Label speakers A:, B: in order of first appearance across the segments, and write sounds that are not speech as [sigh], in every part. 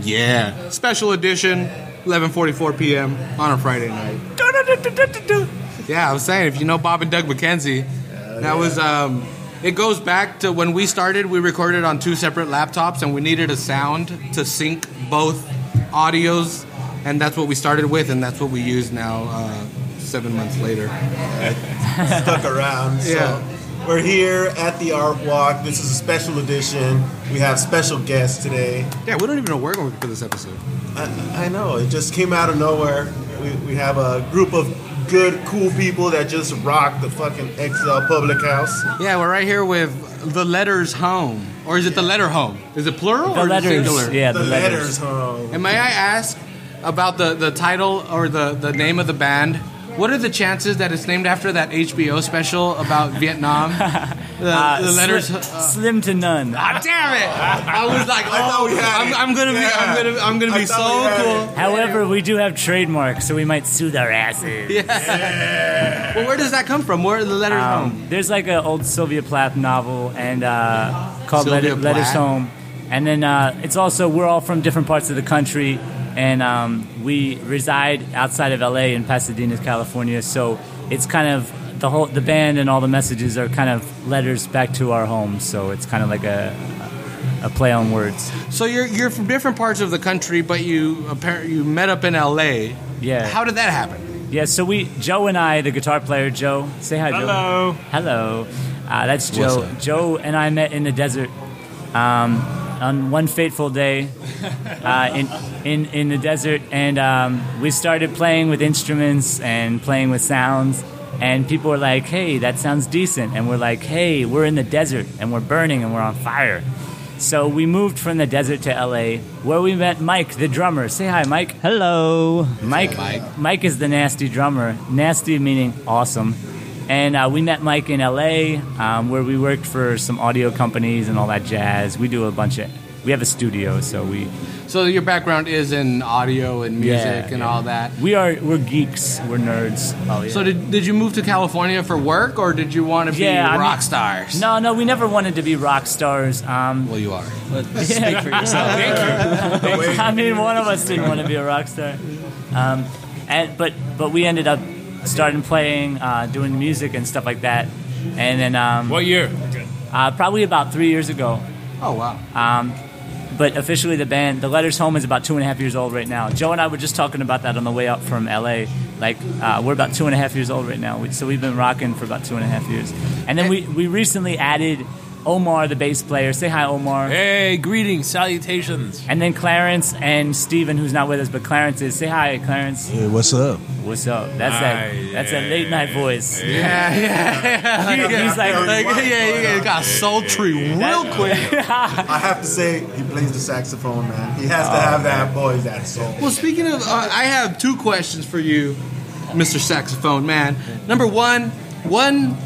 A: Yeah.
B: Special edition, 11:44 p.m. on a Friday night. Yeah, I'm saying if you know Bob and Doug McKenzie, that was um, it goes back to when we started. We recorded on two separate laptops, and we needed a sound to sync both audios, and that's what we started with, and that's what we use now. Uh, seven months later.
C: stuck around. So
B: Yeah.
C: we're here at the Art Walk. This is a special edition. We have special guests today.
B: Yeah, we don't even know where we're going for this episode.
C: I, I know it just came out of nowhere. We, we have a group of good, cool people that just rock the fucking XL Public House.
B: Yeah, we're right here with the letters home, or is it the letter home? Is it plural
D: The
B: or
D: letters.
B: singular?
D: Yeah,
C: The,
D: the,
C: letters,
D: letters.
C: huh?
B: And may I ask about the, the title or the, the name of the band? What are the chances that it's named after that HBO special about
D: [laughs]
B: Vietnam? The,
D: Uh,
B: the letters.
D: sli-
B: uh,
D: slim to none.
B: ah, damn it! I was like, oh,
C: thought we had
B: I'm,
C: it.
B: I'm gonna be, I'm
C: Yeah.
B: gonna, I'm gonna
C: I
B: be
C: thought we had
B: so
C: it.
B: cool.
D: However, we do have trademarks, so we might sue their asses.
B: Yeah. Well, where does that come from? Where are the letters home?
D: Um, there's like an old Sylvia Plath novel and uh, called
B: Sylvia
D: Letter, Letters
B: Plath?
D: Home, and then uh, it's also we're all from different parts of the country, and um, we reside outside of LA in Pasadena, California. So it's kind of the whole the band and all the messages are kind of letters back to our home. So it's kind of like a a play on words.
B: So you're you're from different parts of the country, but you apparently you met up in L.A.
D: Yeah.
B: How did that happen?
D: Yeah, so we Joe and I, the guitar player Joe, say hi. Hello. Joe. Hello. Uh, that's Joe.
B: up?
D: Joe and I met in the desert um, on one fateful day uh, in, in in the desert, and um, we started playing with instruments and playing with sounds. And people were like, "Hey, that sounds decent," and we're like, "Hey, we're in the desert and we're burning and we're on fire." So we moved from the desert to LA, where we met Mike, the drummer. Say hi, Mike. Hello, Mike. Mike. is the nasty drummer. Nasty meaning awesome. And uh, we met Mike in LA, um, where we worked for some audio companies and all that jazz. We do a bunch of. We have a studio, so we
B: So your background is in audio and music
D: Yeah,
B: and
D: yeah.
B: all that.
D: we are we're geeks, we're nerds. Oh yeah.
B: So did, did you move to California for work, or did you want to be
D: Yeah, I mean-
B: rock stars?
D: no, no, we never wanted to be rock stars. Um,
B: Well, you are.
D: speak for [laughs] yourself. I mean, one of us didn't want to be a rock star, um, and but but we ended up starting playing, uh, doing music and stuff like that, and then um,
E: What year?
D: uh, probably about three years ago.
B: Oh wow.
D: Um, But officially, the band, the Letters Home, is about two and a half years old right now. Joe and I were just talking about that on the way up from LA. Like, uh, we're about two and a half years old right now. We, so we've been rocking for about two and a half years. And then we, we recently added Omar, the bass player. Say hi, Omar.
E: Hey, greetings, salutations.
D: And then Clarence and Steven, who's not with us, but Clarence is. Say hi, Clarence.
F: Hey, what's up?
D: What's up? That's that.
E: Hi,
D: That's that late night voice.
B: yeah, yeah,
D: He- [laughs] he's like-
B: yeah, yeah, it got sultry real
D: [laughs]
B: quick.
C: I have to say, he plays the saxophone, man. He has to have that voice, that soul.
B: Well, speaking of, uh, I have two questions for you, Mr. Saxophone Man. Number one, one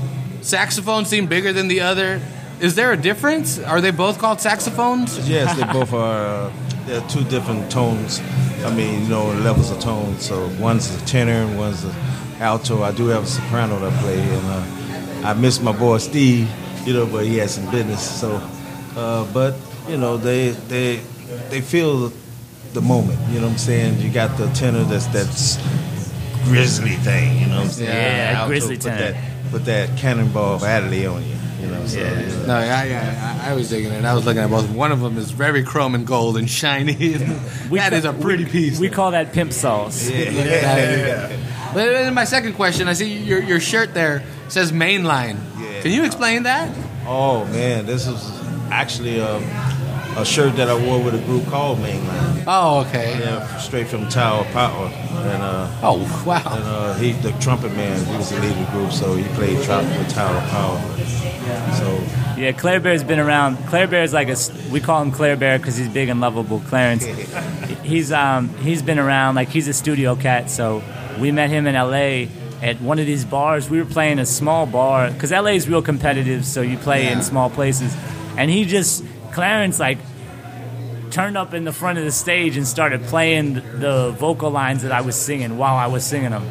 B: saxophone seemed bigger than the other. Is there a difference? Are they both called saxophones?
F: Yes, they both are. Uh, they're two different tones. I mean, you know, levels of tone. So one's a tenor and one's an alto. I do have a soprano that I play, and uh, I miss my boy Steve, you know, but he had some business. So, uh, but you know, they they they feel the moment. You know what I'm saying? You got the tenor that's that's grizzly thing. You know what I'm saying? And
D: Yeah,
F: the
D: grizzly
F: put
D: tenor.
F: That, put that cannonball of Adderley on you. You know, so you know.
B: No, yeah, yeah. I, I was digging it. I was looking at both. One of them is very chrome and gold and shiny. [laughs] that is a pretty piece.
D: We call that pimp sauce.
B: But then my second question, I see your, your shirt there says mainline.
F: Yeah.
B: Can you explain that?
F: Oh man, this is actually a, a shirt that I wore with a group called Mainline.
B: Oh, okay.
F: Yeah, straight from Tower of Power, and uh,
B: Oh, wow.
F: and uh, he the trumpet man. He was the leader of the group, so he played trumpet with Tower of Power. So
D: Yeah, Claire Bear's been around. Claire Bear's like a s- we call him Claire Bear because he's big and lovable. Clarence, he's um he's been around like he's a studio cat. So we met him in L.A. at one of these bars. We were playing a small bar because L.A. is real competitive, so you play in small places. And he just Clarence like turned up in the front of the stage and started playing the vocal lines that I was singing while I was singing them.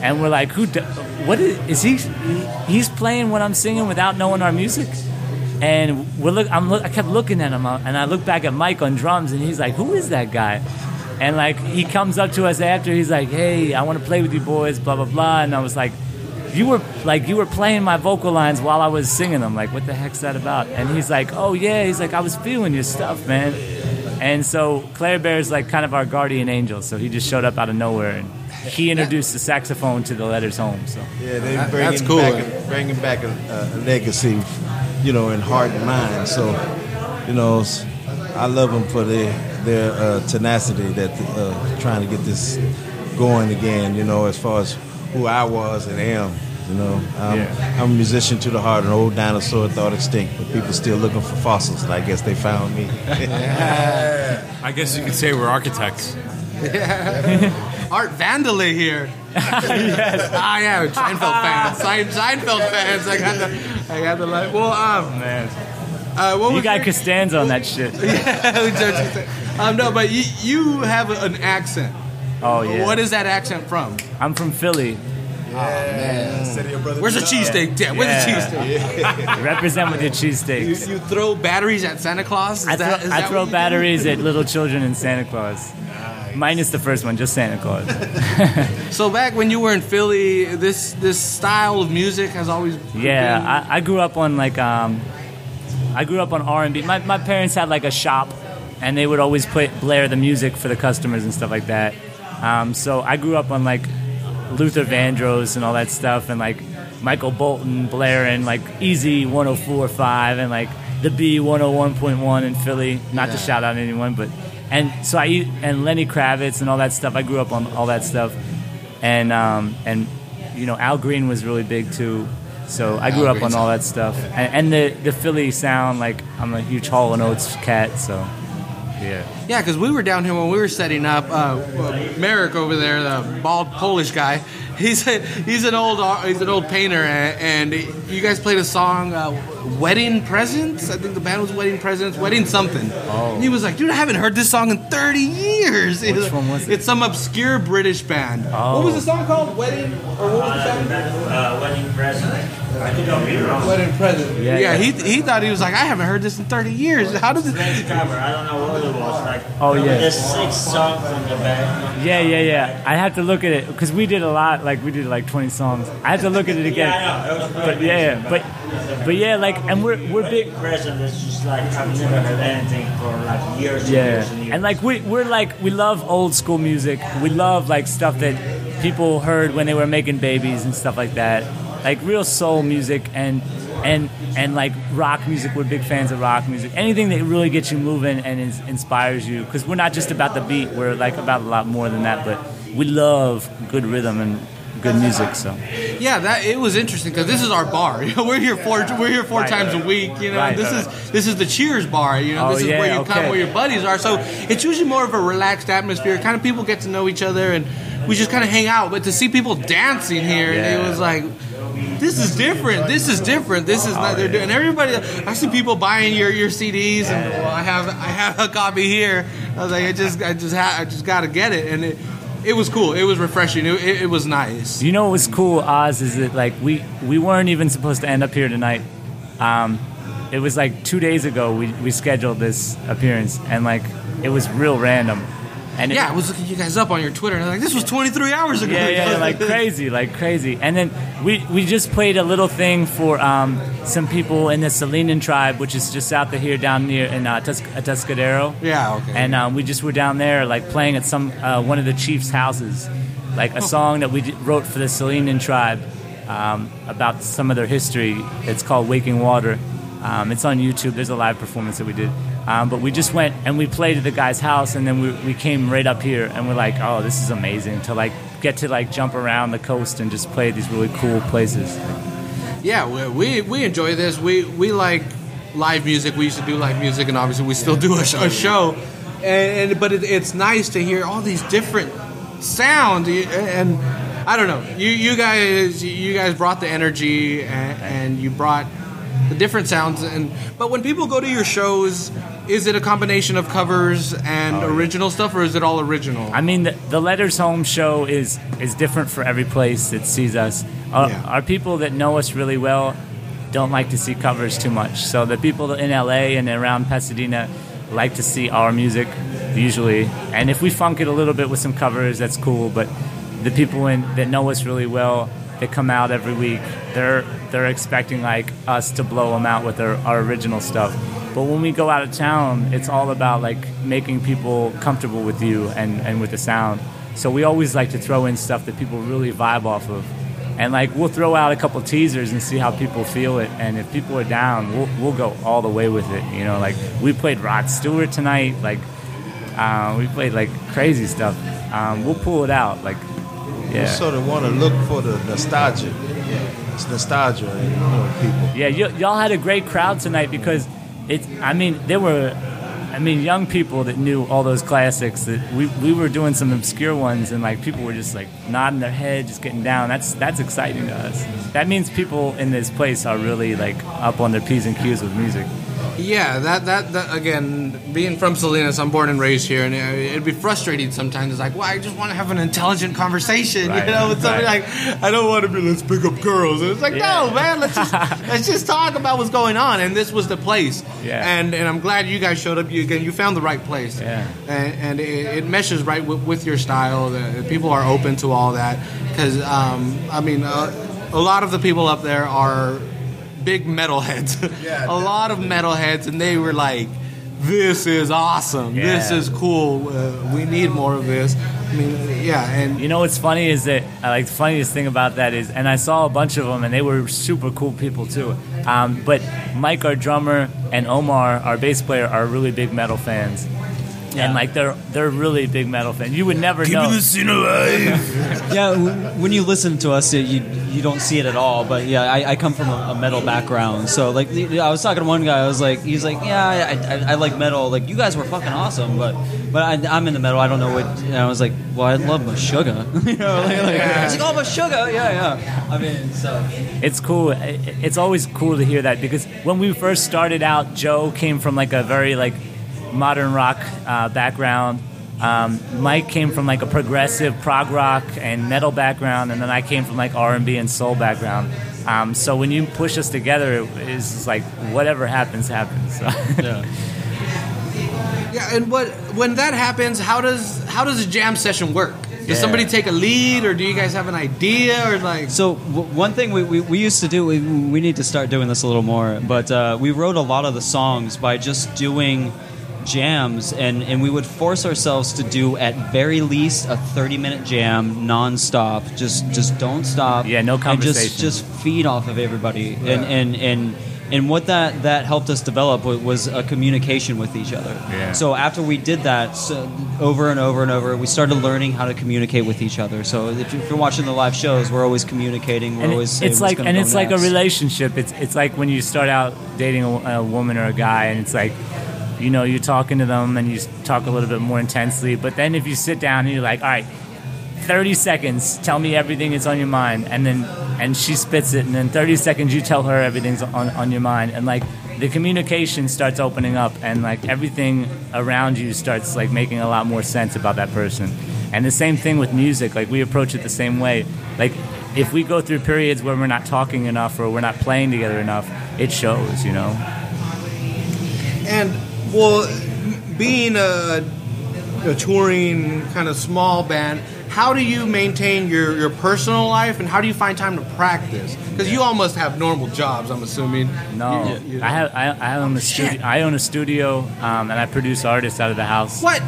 D: And we're like, who? Do, what is, is he? He's playing what I'm singing without knowing our music. and we're look, I'm look, I kept looking at him, uh, and I look back at Mike on drums, and he's like, "Who is that guy?" And like he comes up to us after, he's like, "Hey, I want to play with you boys," blah blah blah, and I was like, "You were like you were playing my vocal lines while I was singing them. Like, what the heck's that about?" And he's like, "Oh yeah," he's like, "I was feeling your stuff, man." And so Claire Bear is like kind of our guardian angel, so he just showed up out of nowhere and
B: [laughs]
D: he introduced the saxophone to the letters home. So
F: Yeah, they
B: That-
F: bring
B: that's
F: him
B: cool.
F: back, a- bringing back a, a legacy, you know, in heart and mind. So, you know, s- I love them for their their uh, tenacity that uh, trying to get this going again. You know, as far as who I was and am. You know, I'm, I'm a musician to the heart, an old dinosaur thought extinct, but people still looking for fossils, and I guess they
G: [laughs]
F: found me.
E: I guess you could say we're architects.
B: Art Vandalay here. yes. I am a Seinfeld fan. [laughs] Sein- Seinfeld fans. I got the, I got the light. Well, um, man. Uh, what
D: you
B: was
D: got
B: [laughs] your-
D: Costanza on that shit.
B: um, no, but you, you have an accent.
D: Oh yeah.
B: What is that accent from?
D: I'm from Philly.
C: City of Brothers.
B: Where's the cheesesteak? Dad? Where's the
D: Yeah.
B: cheesesteak?
D: Represent with your cheesesteaks.
B: You throw batteries at Santa Claus? Is
D: I throw,
B: that- is
D: I
B: that
D: throw
B: what you do?
D: batteries at little children and Santa Claus. Minus the first one, just Santa Claus.
B: So back when you were in Philly, this this style of music has always been-
D: Yeah, I, I grew up on like um, I grew up on R and B. My my parents had like a shop, and they would always play blare the music for the customers and stuff like that. Um, so I grew up on like Luther Vandross and all that stuff, and like Michael Bolton blaring like Easy 104.5 and like the B 101.1 in Philly. Not to
B: Yeah.
D: shout out anyone, but and so I and Lenny Kravitz and all that stuff. I grew up on all that stuff, and um, and you know Al Green was really big too. So I grew up on
B: Green's-
D: all that stuff, and, and the the Philly sound. Like I'm a huge Hall and Oates cat, so yeah.
B: Yeah, because we were down here when we were setting up. Uh, uh, Merrick over there, the bald Polish guy, [laughs] he's a, he's an old ar- he's an old painter, and, and you guys played a song, uh, "Wedding Presents." I think the band was "Wedding Presents," "Wedding Something." Oh. And he was like, "Dude, I haven't heard this song in 30 years." Which
D: one was it? Oh.
B: It's some obscure British band. What was the song called? Wedding or what was the song?
A: uh, wedding present. I think I'll be wrong.
B: Wedding Presents. Yeah,
D: Yeah, yeah.
B: He, he thought he was like, "I haven't heard this in 30 years." How does it?
A: Strange cover. I don't know what it was. Like
D: Oh,
A: probably
D: yeah.
A: the sixth song from the band.
D: Yeah, yeah, yeah. I have to look at it because we did a lot. Like we did like 20 songs. I have to look at it again.
A: Yeah, I know. It was
D: But yeah, yeah. but but yeah, like, and we're we're big.
A: Wedding present is just like I've never heard anything for like years and
D: Yeah,
A: years and years.
D: and like we we're like we love old school music. We love like stuff that people heard when they were making babies and stuff like that. Like real soul music and and and like rock music. We're big fans of rock music. Anything that really gets you moving and is, inspires you. Because we're not just about the beat. We're like about a lot more than that. But we love good rhythm and good music. So
B: Yeah, that it was interesting because this is our bar. [laughs] You know, we're here four we're here four
D: Right.
B: times a week. You know,
D: Right.
B: this is this is the Cheers bar. You know,
D: Oh,
B: this is
D: yeah,
B: where you come,
D: okay.
B: where your buddies are. So it's usually more of a relaxed atmosphere. Kind of people get to know each other and we just kind of hang out. But to see people dancing here, it
D: Yeah.
B: was like. This is different. This is different. This
D: Oh,
B: is not. They're doing. And everybody, I see people buying your, your CDs, and well, I have I have a copy here. I was like, I just I just ha- I just got to get it, and it it was cool. It was refreshing. It, it, it was nice.
D: You know what was cool, Oz, is that like we we weren't even supposed to end up here tonight. Um, it was like two days ago we, we scheduled this appearance, and like it was real random. And it-
B: [laughs] Yeah, I was looking you guys up on your Twitter, and I was like, this was 23 hours ago.
D: yeah, yeah,
B: [laughs]
D: yeah, like crazy, like crazy. And then we we just played a little thing for um, some people in the Salinan tribe, which is just south of here, down near in uh, Tus- uh, Tuscadero.
B: Yeah, okay.
D: And um, we just were down there, like playing at some uh, one of the chiefs' houses, like a song that we d- wrote for the Salinan tribe um, about some of their history. It's called "Waking Water." Um, it's on YouTube. There's a live performance that we did. Um, but we just went and we played at the guy's house, and then we, we came right up here, and we're like, "Oh, this is amazing!" To like get to like jump around the coast and just play at these really cool places.
B: yeah, we, we, we enjoy this. We we like live music. We used to do live music, and obviously we still do a, sh- a show. And, and but it, it's nice to hear all these different sounds. You- And I don't know, you you guys you guys brought the energy, and, and you brought the different sounds. And but when people go to your shows. Is it a combination of covers and
D: Oh,
B: original stuff, or is it all original?
D: I mean, the, the Letters Home show is is different for every place that sees us. Uh, Our,
B: Yeah.
D: our people that know us really well don't like to see covers too much. So the people in LA and around Pasadena like to see our music usually. And if we funk it a little bit with some covers, that's cool. But the people in, that know us really well, that come out every week, they're they're expecting like us to blow them out with our, our original stuff. But when we go out of town, it's all about like making people comfortable with you and, and with the sound. So we always like to throw in stuff that people really vibe off of and like we'll throw out a couple teasers and see how people feel it and if people are down we'll, we'll go all the way with it you know like we played rod stewart tonight like uh, we played like crazy stuff um, we'll pull it out like
F: You
D: yeah
F: sort of want to look for the nostalgia. It's nostalgia, you know, people.
D: Yeah, y- y'all had a great crowd tonight because it. I mean, there were, I mean, young people that knew all those classics. That we, we were doing some obscure ones, and like people were just like nodding their head, just getting down. That's that's exciting to us. That means people in this place are really like up on their p's and q's with music.
B: Yeah, that, that that again. Being from Salinas, I'm born and raised here, and it, it'd be frustrating sometimes. It's like, well, I just want to have an intelligent conversation,
D: Right,
B: you know, with somebody
D: right.
B: like, I don't want to be let's pick up girls. And it's like, no, man, let's
D: [laughs]
B: just let's just talk about what's going on. And this was the place.
D: Yeah.
B: And and I'm glad you guys showed up. You again, you found the right place.
D: Yeah.
B: And, and it, it meshes right with, with your style. The, the people are open to all that because um, I mean, uh, a lot of the people up there are big metalheads.
C: Yeah,
B: a lot of metalheads, and they were like, "This is awesome. This
D: Yeah.
B: is cool. Uh, we need more of this." I mean, yeah, and
D: You know what's funny is that uh, like the funniest thing about that is, and I saw a bunch of them, and they were super cool people too. Um, but Mike, our drummer, and Omar, our bass player, are really big metal fans, and like they're they're really big metal fans. You would never know.
H: yeah, w- when you listen to us, it, you you don't see it at all. But yeah, I, I come from a, a metal background, so like the- I was talking to one guy, I was like, he's like, yeah, I, I, I like metal. Like you guys were fucking awesome, but but I, I'm in the metal. I don't know what. And I was like, well, I love Meshuggah. [laughs] you know, like, like, he's like, oh, Meshuggah, yeah, yeah. I mean, so
D: it's cool. I- I- It's always cool to hear that because when we first started out, Joe came from like a very like modern rock uh, background. Um, Mike came from like a progressive prog rock and metal background, and then I came from like R and B and soul background. Um, so when you push us together, it- it's just like whatever happens, happens. [laughs]
B: yeah, and what when that happens, how does how does a jam session work? Does somebody take a lead, or do you guys have an idea, or like?
H: So w- one thing we, we, we used to do, we, we need to start doing this a little more, but uh, we wrote a lot of the songs by just doing jams, and, and we would force ourselves to do at very least a 30-minute jam nonstop. Just just don't stop.
D: Yeah, no
H: And just,
D: conversation.
H: just feed off of everybody. And, and, and, and what that, that helped us develop wa- was a communication with each other.
E: Yeah.
H: So after we did that so over and over and over, we started learning how to communicate with each other. So if you- if you're watching the live shows, we're always communicating. We're
D: and
H: always
D: it-
H: saying
D: it's
H: what's
D: like
H: gonna
D: and
H: go
D: it's like a
H: next.
D: relationship it's it's like when you start out dating a, a woman or a guy and it's like you know you're talking to them and you s- talk a little bit more intensely but then if you sit down and you're like all right 30 seconds tell me everything that's on your mind and then and she spits it and then 30 seconds you tell her everything's on, on your mind and like the communication starts opening up and like everything around you starts like making a lot more sense about that person and the same thing with music like we approach it the same way like if we go through periods where we're not talking enough or we're not playing together enough it shows you know
B: And well, being a, a touring kind of small band, how do you maintain your, your personal life and how do you find time to practice? Because you all must have normal jobs, I'm assuming.
D: no
B: You- you-
D: i have i, I own a studio i own a studio um, and i produce artists out of the house
B: What?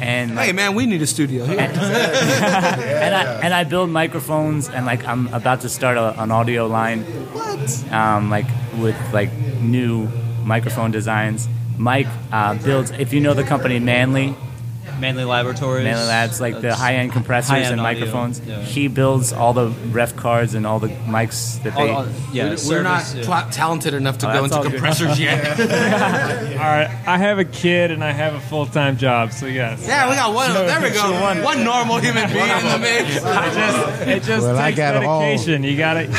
D: and like,
B: Hey man, we need a studio here.
D: and I and I build microphones and like I'm about to start a, an audio line. What? Um, like with like new microphone designs. Mike uh, builds. If you know the company Manly,
H: Manly Laboratories,
D: Manly Labs, like the
H: That's-
D: high-end compressors
H: high-end
D: and
H: audio,
D: microphones,
H: yeah.
D: he builds all the ref cards and all the mics that
H: All-
D: they.
H: all- yeah,
B: we're
H: service,
B: not
H: yeah.
B: pla- talented enough to
D: Oh,
B: go
D: that's
B: into
D: all good.
B: compressors
D: [laughs]
B: yet.
G: All right, I have a kid and I have a full time job, so yes.
B: yeah, we got one. of them. There we go. One, normal human being in the mix.
G: It just, it just
F: Well, I
G: takes
F: got all-
G: dedication. You got it.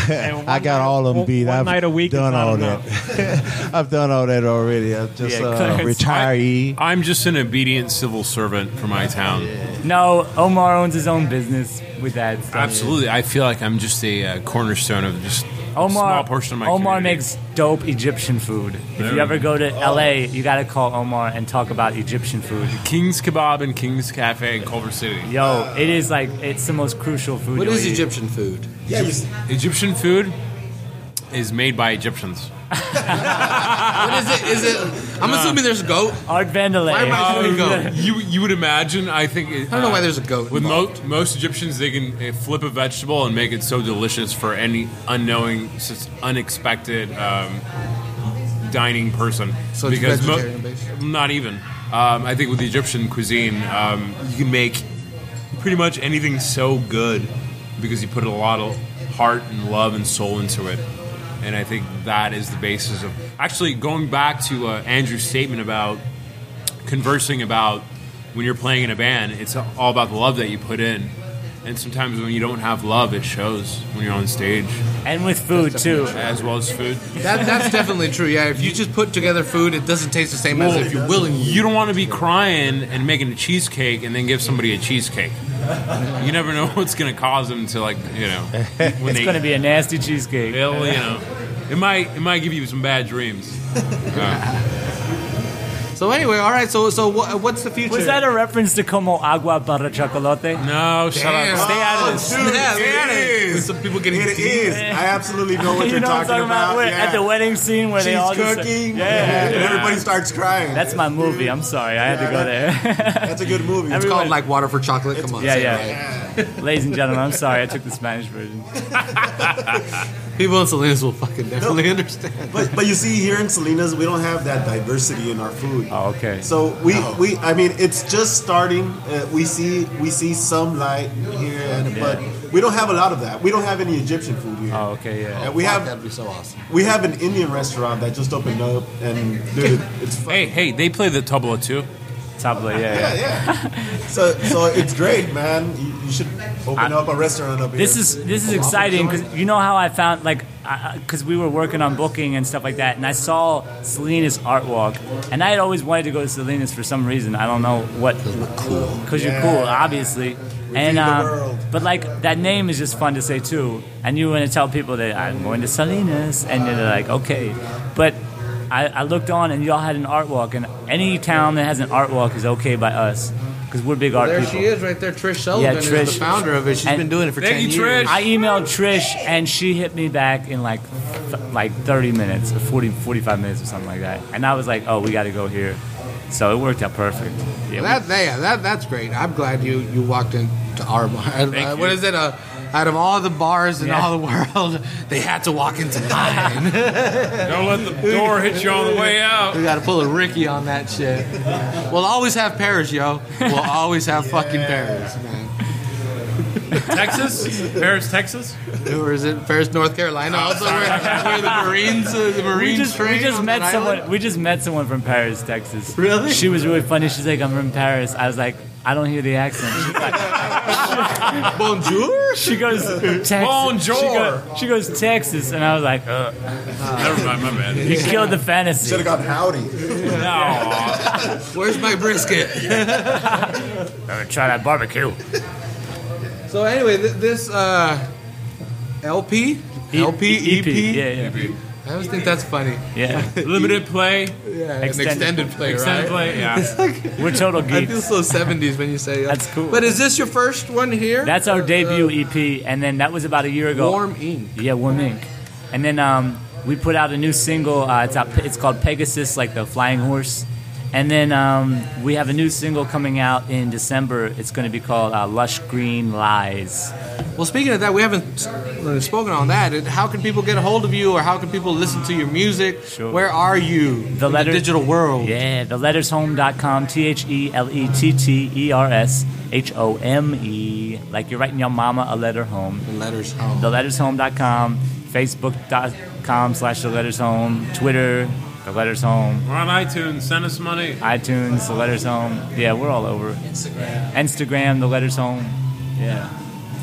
F: [laughs] I got all of them beat.
G: One
F: I've
G: night a week
F: done
G: is not
F: all
G: enough.
F: that. [laughs] I've done all that already. I'm just
G: [laughs]
D: Yeah,
F: uh,
D: Clarence,
F: retiree.
E: I'm just an obedient civil servant for my town.
D: No, Omar owns his own business with that. stuff.
E: Absolutely, I feel like I'm just a uh, cornerstone of just
D: Omar,
E: small portion of my
D: Omar
E: community.
D: makes dope Egyptian food. If
E: There
D: you
E: we
D: ever go to
E: go.
D: LA, you gotta call Omar and talk about Egyptian food.
E: King's Kebab and King's Cafe in Culver City.
D: Yo, it is like it's the most crucial food.
E: What
D: you'll
E: is
D: eat.
B: Egyptian food?
C: Yeah, you,
E: Egyptian food is made by Egyptians.
B: what is it? Is it? I'm assuming there's goat.
D: Art Vandalay.
B: Why am I assuming goat?
E: [laughs] you you would imagine. I think. It, uh,
B: I don't know why there's a goat
E: With mo- most Egyptians, they can uh, flip a vegetable and make it so delicious for any unknowing, s- unexpected um, dining person.
B: So it's
E: mo-
B: vegetarian based?
E: not even. Um, I think with the Egyptian cuisine, um, you can make pretty much anything so good because you put a lot of heart and love and soul into it. And I think that is the basis of actually going back to uh, Andrew's statement about conversing about when you're playing in a band, it's all about the love that you put in. And sometimes when you don't have love, it shows when you're on stage.
D: And with food too.
E: As well as food.
B: That, that's definitely true. Yeah, if you just put together food, it doesn't taste the same as if you willingly.
E: You don't want to be crying and making a cheesecake and then give somebody a cheesecake. You never know [laughs] what's going to cause them to, like,
D: [laughs]
E: you know, when
D: It's
E: they,
D: gonna be a nasty cheesecake.
E: they'll, you know, it might, it might give you some bad
D: [laughs]
E: dreams. Uh,
B: So anyway, all right. So so wha- what's the future?
D: Was that a reference to como agua para chocolate?
E: no, shut
B: Damn.
E: up.
D: Stay out of this.
C: Dude,
B: Yeah, look at
C: it
B: it.
C: is.
B: Some people getting
C: It is. I absolutely know what
D: [laughs] you
C: you're
D: know
C: talking,
D: what I'm talking about? Where-
C: Yeah.
D: At the wedding scene where they all
C: She's
D: just
C: cooking.
D: yeah.
C: and everybody starts crying.
D: That's my movie. I'm sorry, I had to go there. [laughs]
C: That's a good movie.
B: It's called
D: Everyone-
B: like water for chocolate. Come on.
D: Yeah,
B: say it
D: yeah. Ladies and gentlemen, I'm sorry I took the Spanish version.
B: right. People in Salinas will fucking definitely understand.
C: But, but you see, here in Salinas, we don't have that diversity in our food.
D: Oh, okay.
C: So we, we I mean, it's just starting. Uh, we see we see some light here, and, but we don't have a lot of that. We don't have any Egyptian food here.
D: Oh, okay, yeah.
C: And we have
B: That'd be so awesome.
C: we have an Indian restaurant that just opened up, and dude, it's fun.
E: Hey, hey, they play the tabla too.
D: Tabla, yeah, yeah.
C: Yeah, yeah. so so it's great, man. You, you should open up a restaurant up here.
D: This is this is exciting because you know how I found like because we were working on booking and stuff like that, and I saw Selena's art walk, and I had always wanted to go to Selena's for some reason. I don't know what. Because you're cool. obviously. and
C: the
D: um,
C: world.
D: but like that name is just fun to say too, and you want to tell people that I'm going to Salinas, and then they're like, okay. But I, I looked on, and y'all had an art walk, and any town that has an art walk is okay by us because we're big art
B: There
D: people.
B: she is, right there. Trish Sullivan
D: Yeah,
B: is
D: Trish.
B: the founder of it. She's
D: And-
B: been doing it for
E: Thank
B: 10
E: you,
B: years.
E: Trish.
D: I emailed Trish and she hit me back in like th- like 30 minutes or 40 45 minutes or something like that. And I was like, "Oh, we got to go here." So it worked out perfect. Yeah.
B: That, yeah, that, that's great. I'm glad you, you walked into our bar. Uh, what
E: you.
B: is it? Uh, out of all the bars in
D: Yeah.
B: all the world, [laughs] they had to walk into mine.
E: Don't let the door hit you on the way out.
B: we got to pull a Ricky on that shit. We'll always have Paris, yo. We'll
D: [laughs]
B: always have fucking Paris, man.
E: Texas? Paris, Texas?
B: Or is it Paris, North Carolina? Also, where, where the Marines, uh, the
D: we
B: Marines
D: just, we
B: train
D: just
B: on
D: met
B: that
D: someone.
B: island?
D: We just met someone from Paris, Texas.
B: Really?
D: She was really funny. She's like, "I'm from Paris." I was like, "I don't hear the accent."
B: [laughs]
D: She's like,
B: Bonjour.
D: she goes, "Texas."
E: Bonjour.
D: She, go- she goes, "Texas," and I was like,
B: Uh,
D: Ugh. Uh.
E: Never mind, my bad.
D: "You killed the fantasy."
C: should have got howdy.
E: No.
B: Where's my brisket?
D: Uh, Try that barbecue.
B: So anyway, th- this uh, LP,
D: E-
B: LP, EP.
D: Yeah,
B: [laughs]
D: yeah,
B: I always think that's funny.
D: yeah.
E: Limited play.
B: Yeah,
D: Extended-
B: an extended play,
E: Extended
B: right?
E: play, yeah.
D: We're total
B: I
D: geeks.
B: feel so '70s when you say that.
D: That's cool.
B: But is this your first one here?
D: That's our
B: Uh,
D: debut EP, and then that was about a year ago.
B: Warm Ink.
D: Yeah, Warm Ink. And then um, we put out a new single. Uh, it's, out, it's called Pegasus, like the flying horse. And then um, we have a new single coming out in December. It's going to be called uh, Lush Green Lies.
B: Well, speaking of that, we haven't s- uh, spoken on that. It- How can people get a hold of you, or how can people listen to your music?
D: Sure.
B: Where are you in the
D: letter-
B: digital world?
D: Yeah, thelettershome.com, T H E L E T T E R S H O M E. Like you're writing your mama a letter home.
B: The letters oh, home.
D: Thelettershome.com, Facebook.com slash The Letters Home, Twitter, The Letters Home.
E: We're on iTunes. Send us money.
D: iTunes, the letters home. Yeah, we're all over. Instagram. Instagram, the letters home. Yeah.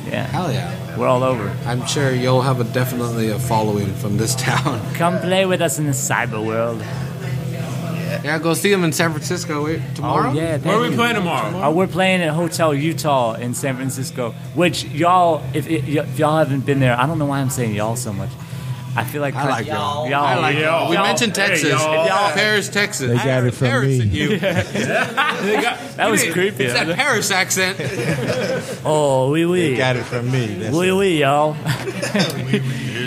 D: Yeah.
B: Hell yeah!
D: We're all over.
B: I'm sure you'll have a definitely a following from this [laughs] town.
D: Come play with us in the cyber world.
B: yeah, go see them in San Francisco wait, tomorrow.
D: Oh, yeah.
E: Where are we
D: thank you.
E: playing tomorrow?
D: Oh, we're playing at Hotel Utah in San Francisco, which y'all, if, if y'all haven't been there, I don't know why I'm saying y'all so much. I feel like
B: I like y'all.
D: y'all. Y'all.
B: I like y'all. We
D: Y'all.
B: mentioned
D: Hey,
B: Texas.
D: y'all.
B: It's Paris, Texas.
F: They got it from
B: Paris
F: me.
B: and
D: [laughs]
B: you. [laughs]
D: That was
B: It's
D: creepy.
B: that Paris accent.
D: Oh, wee wee.
F: Got it from me. That's
D: Wee
F: it.
D: wee, y'all.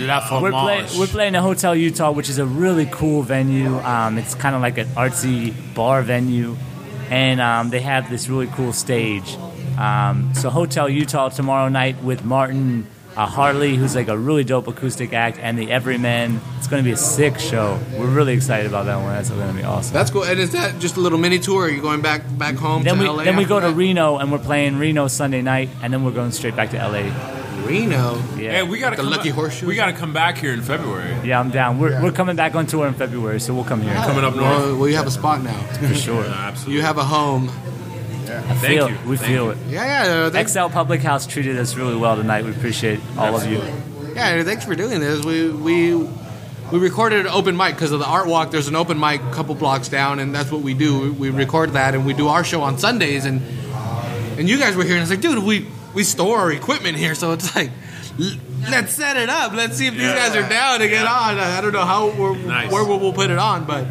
E: La
D: We're, play, we're playing at Hotel Utah, which is a really cool venue. Um, it's kind of like an artsy bar venue, and um, they have this really cool stage. Um, so Hotel Utah tomorrow night with Martin uh, Harley, who's like a really dope acoustic act, and the Everyman. It's going to be a sick show. We're really excited about that one. That's going to be awesome.
B: That's cool. And is that just a little mini tour? Are you going back back home
D: then
B: to
D: we
B: LA?
D: then we go
B: after
D: to Reno, and we're playing Reno Sunday night, and then we're going straight back to LA.
B: that? Reno.
D: Yeah.
E: Hey, we gotta
B: The
E: come
B: Lucky
E: up-
B: Horseshoe?
E: We gotta come back here in February.
D: yeah, I'm down. We're, we're coming back on tour in February, so we'll come here.
E: Coming up north.
B: Well, well, you have a spot now.
D: for sure.
E: Absolutely.
B: You have a home.
D: I
E: Thank
D: feel
E: you.
D: it. We
E: Thank
D: feel
E: you.
D: it.
B: Yeah, yeah. uh, Thanks,
D: XL Public House treated us really well tonight. We appreciate all of you.
B: yeah, thanks for doing this. We we we recorded an open mic because of the art walk. There's an open mic a couple blocks down, and that's what we do. We, we record that, and we do our show on Sundays. And and you guys were here, and it's like, dude, we we store our equipment here, so it's like. l- Let's set it up. Let's see if these
E: Yeah.
B: guys are down to get on. I don't know how we're,
E: Nice.
B: where we'll put it on, but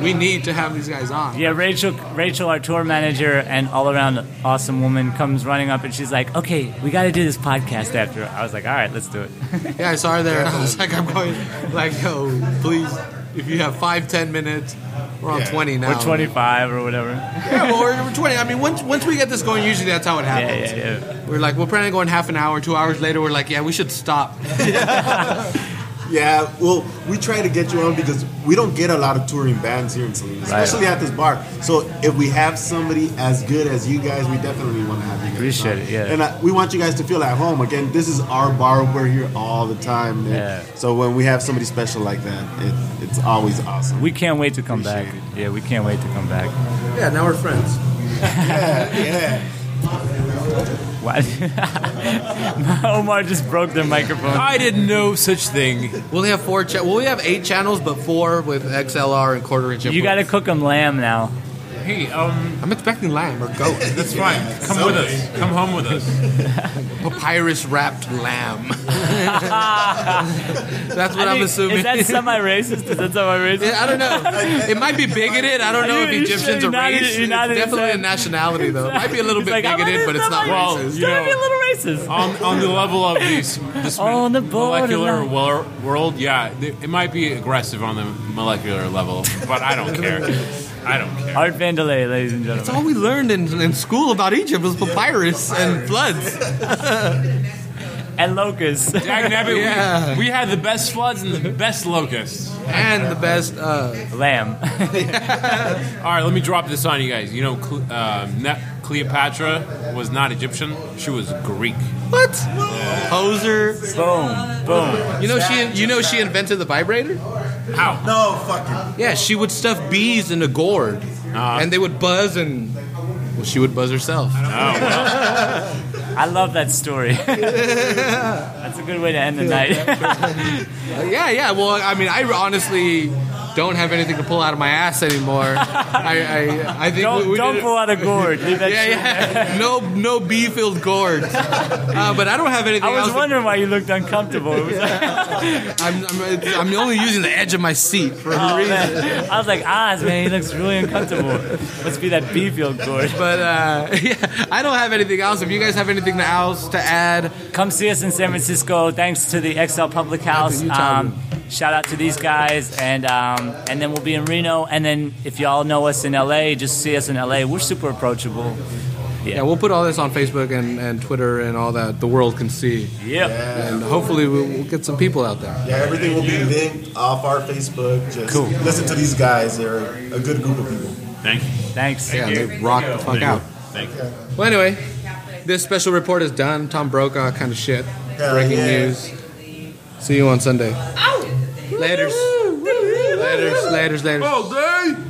B: we need to have these guys on.
D: Yeah, Rachel, Rachel, our tour manager and all around awesome woman, comes running up and she's like, "Okay, we got to do this podcast after." I was like, "All right,
B: [laughs]
D: let's do it."
B: Yeah, I saw her there. and I was like, I'm going, like, yo, please, if you have five, ten minutes, we're on 20 now.
D: We're 25 or whatever.
B: Yeah, well, we're, we're 20. I mean, once once we get this going, usually that's how it
D: Yeah,
B: happens.
D: yeah, yeah.
B: We're like, we're planning on going half an hour, two hours later, we're like, yeah, we should stop.
C: Yeah, well, we try to get you on because we don't get a lot of touring bands here in Salinas,
D: Right.
C: especially at this bar. So if we have somebody as good as you guys, we definitely want to have you guys.
D: Appreciate
C: on.
D: it, yeah.
C: And uh, we want you guys to feel at home. Again, this is our bar. We're here all the time. man.
D: Yeah.
C: So when we have somebody special like that, it, it's always awesome.
D: We can't wait to come back. Yeah, we can't wait to come back.
B: Yeah, now we're friends.
C: yeah.
D: What? [laughs] Omar just broke their microphone.
E: I didn't know such thing.
B: We'll have four. Cha- well, we have eight channels, but four with XLR and quarter inch.
D: You got to
B: inputs.
D: cook them lamb now.
E: Hey, um,
B: I'm expecting lamb or [laughs] goat,
E: that's fine. Come with us. Come home with us.
B: papyrus wrapped
D: [laughs]
B: lamb. [laughs] that's what
D: I
B: I am
D: think-
B: assuming.
D: Is that semi-racist? Is
B: [laughs]
D: that semi-racist?
B: I don't
D: [laughs]
B: know. It might be bigoted. I don't know
D: You-
B: if
D: you
B: Egyptians
D: should
B: are
D: not-
B: race.
D: you're not
B: it's definitely a
D: insane.
B: nationality, though. It might be a little
D: He's
B: bit
D: like, I
B: bigoted,
D: like
B: but it's not
D: semi-
E: Well,
B: racist.
E: you
D: Gotta be a
E: know,
D: little racist.
E: on, on the level of these, this
D: On the
E: molecular
D: borderline.
E: wor- world, yeah, th- it might be aggressive on the molecular level, but I don't care. I don't care.
D: Art Vandelay, ladies and
B: That's
D: gentlemen.
B: all we learned in, in school about Egypt was papyrus, and floods.
D: [laughs] And locusts.
E: Dag nabbit,
B: Yeah.
E: we, we had the best floods and the best locusts.
B: and the best. Uh, [laughs]
D: Lamb.
E: All right, let me drop this on you guys. You know, Cle- uh, Ne- Cleopatra was not Egyptian; she was Greek.
B: what? Poser.
D: boom. Boom.
B: You know she. You know she invented the vibrator.
E: How?
C: No, fucking.
B: Yeah, she would stuff bees in a gourd, and they would buzz, and well, she would buzz herself.
D: I love that story. [laughs] That's a good way to end
B: [laughs]
D: the night.
B: Uh, Yeah, yeah. Well, I mean, I honestly don't have anything to pull out of my ass anymore. I, I, I think we,
D: don't
B: we
D: don't
B: did it-
D: pull out a gourd. Leave that
B: [laughs] Yeah,
D: shit.
B: yeah. No, no bee-filled gourd. Uh, but I don't have anything
D: I was
B: else.
D: wondering why you looked uncomfortable. It was like,
B: I'm, I'm, I'm only using the edge of my seat for a
D: oh,
B: reason.
D: man. I was like, Oz, man, he looks really uncomfortable. Must be that B field gourd.
B: But uh, [laughs] yeah, I don't have anything else. If you guys have anything else to add,
D: Come see us in San Francisco. Thanks to the XL Public House.
B: Utah.
D: Um, shout out to these guys, and um, and then we'll be in Reno. And then if y'all know us in LA, just see us in LA. We're super approachable.
B: yeah, we'll put all this on Facebook and, and Twitter and all that. The world can see,
D: Yep.
B: and hopefully we'll, we'll get some people out there.
C: Yeah, everything will be linked off our Facebook. Just listen to these guys. They're a good group of people.
E: Thank you.
D: Thanks.
B: Yeah, they rock the fuck out.
E: Thank you.
B: Well, anyway, this special report is done. Tom Brokaw kind of shit.
C: Hell
B: Breaking
C: yeah.
B: news. See you on Sunday. Laters. Laters. Laters. Laters.
E: All day.